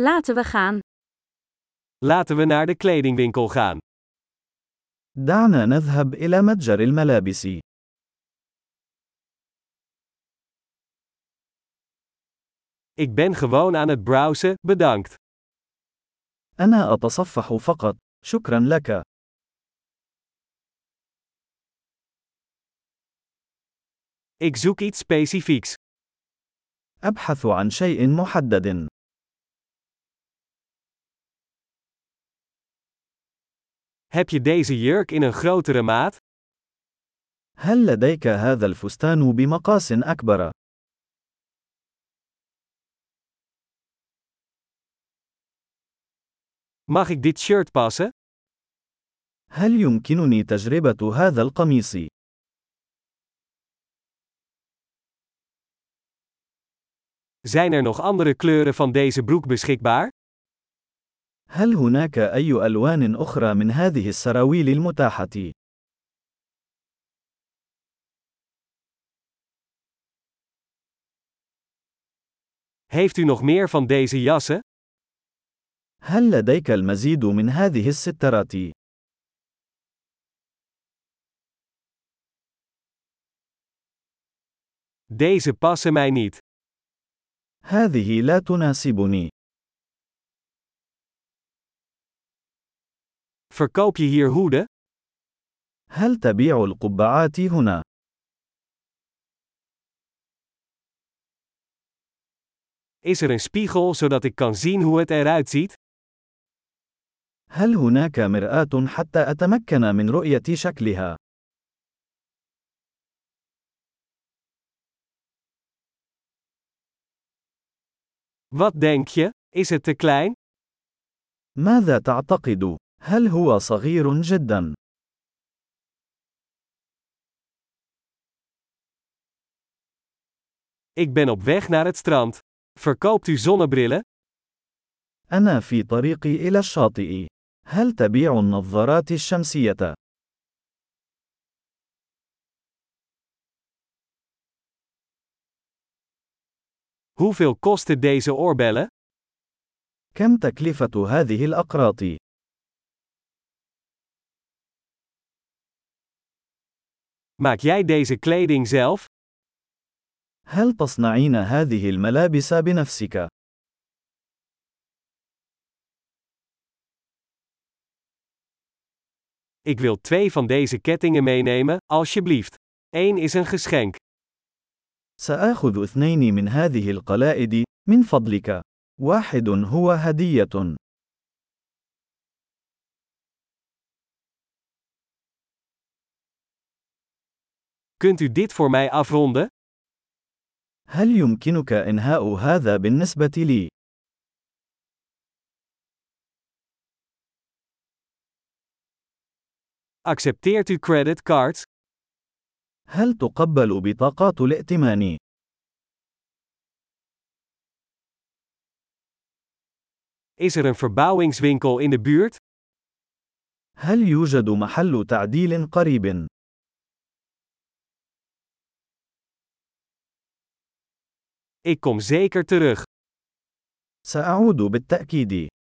Laten we gaan. Laten we naar de kledingwinkel gaan. دعنا نذهب إلى متجر الملابس. Ik ben gewoon aan het browsen, bedankt. أنا أتصفح فقط. شكرا لك. Ik zoek iets specifieks. أبحث عن شيء محدد. Heb je deze jurk in een grotere maat? هل لديك هذا الفستان بمقاس أكبر؟ Mag ik dit shirt passen? هل يمكنني تجربة هذا القميص؟ Zijn er nog andere kleuren van deze broek beschikbaar? هل هناك أي ألوان أخرى من هذه السراويل المتاحة؟ Heeft u nog meer van deze jassen? هل لديك المزيد من هذه السترات؟ Deze passen mij niet. هذه لا تناسبني. Verkoop je hier hoeden? هل تبيع القبعات هنا؟ Is er een spiegel zodat ik kan zien hoe het eruit ziet? هل هناك مرآة حتى أتمكن من رؤية شكلها؟ Wat denk je? Is het te klein? ماذا تعتقد؟ هل هو صغير جدا؟ Ik ben op weg naar het strand. Verkoopt u zonnebrillen? أنا في طريقي إلى الشاطئ. هل تبيع النظارات الشمسية؟ Hoeveel kosten deze oorbellen? كم تكلفة هذه الأقراط؟ Maak jij deze kleding zelf? هل تصنعين هذه الملابس بنفسك؟ Ik wil twee van deze kettingen meenemen, alsjeblieft. Eén is een geschenk. سآخذ اثنين من هذه القلائد، من فضلك. واحد هو هدية. Kunt u dit voor mij afronden? هل يمكنك إنهاء هذا بالنسبة لي؟ Accepteert u creditcards? هل تقبل بطاقات الائتمان؟ Is er een verbouwingswinkel in de buurt? هل يوجد محل تعديل قريب؟ Ik kom zeker terug. سأعود بالتأكيد.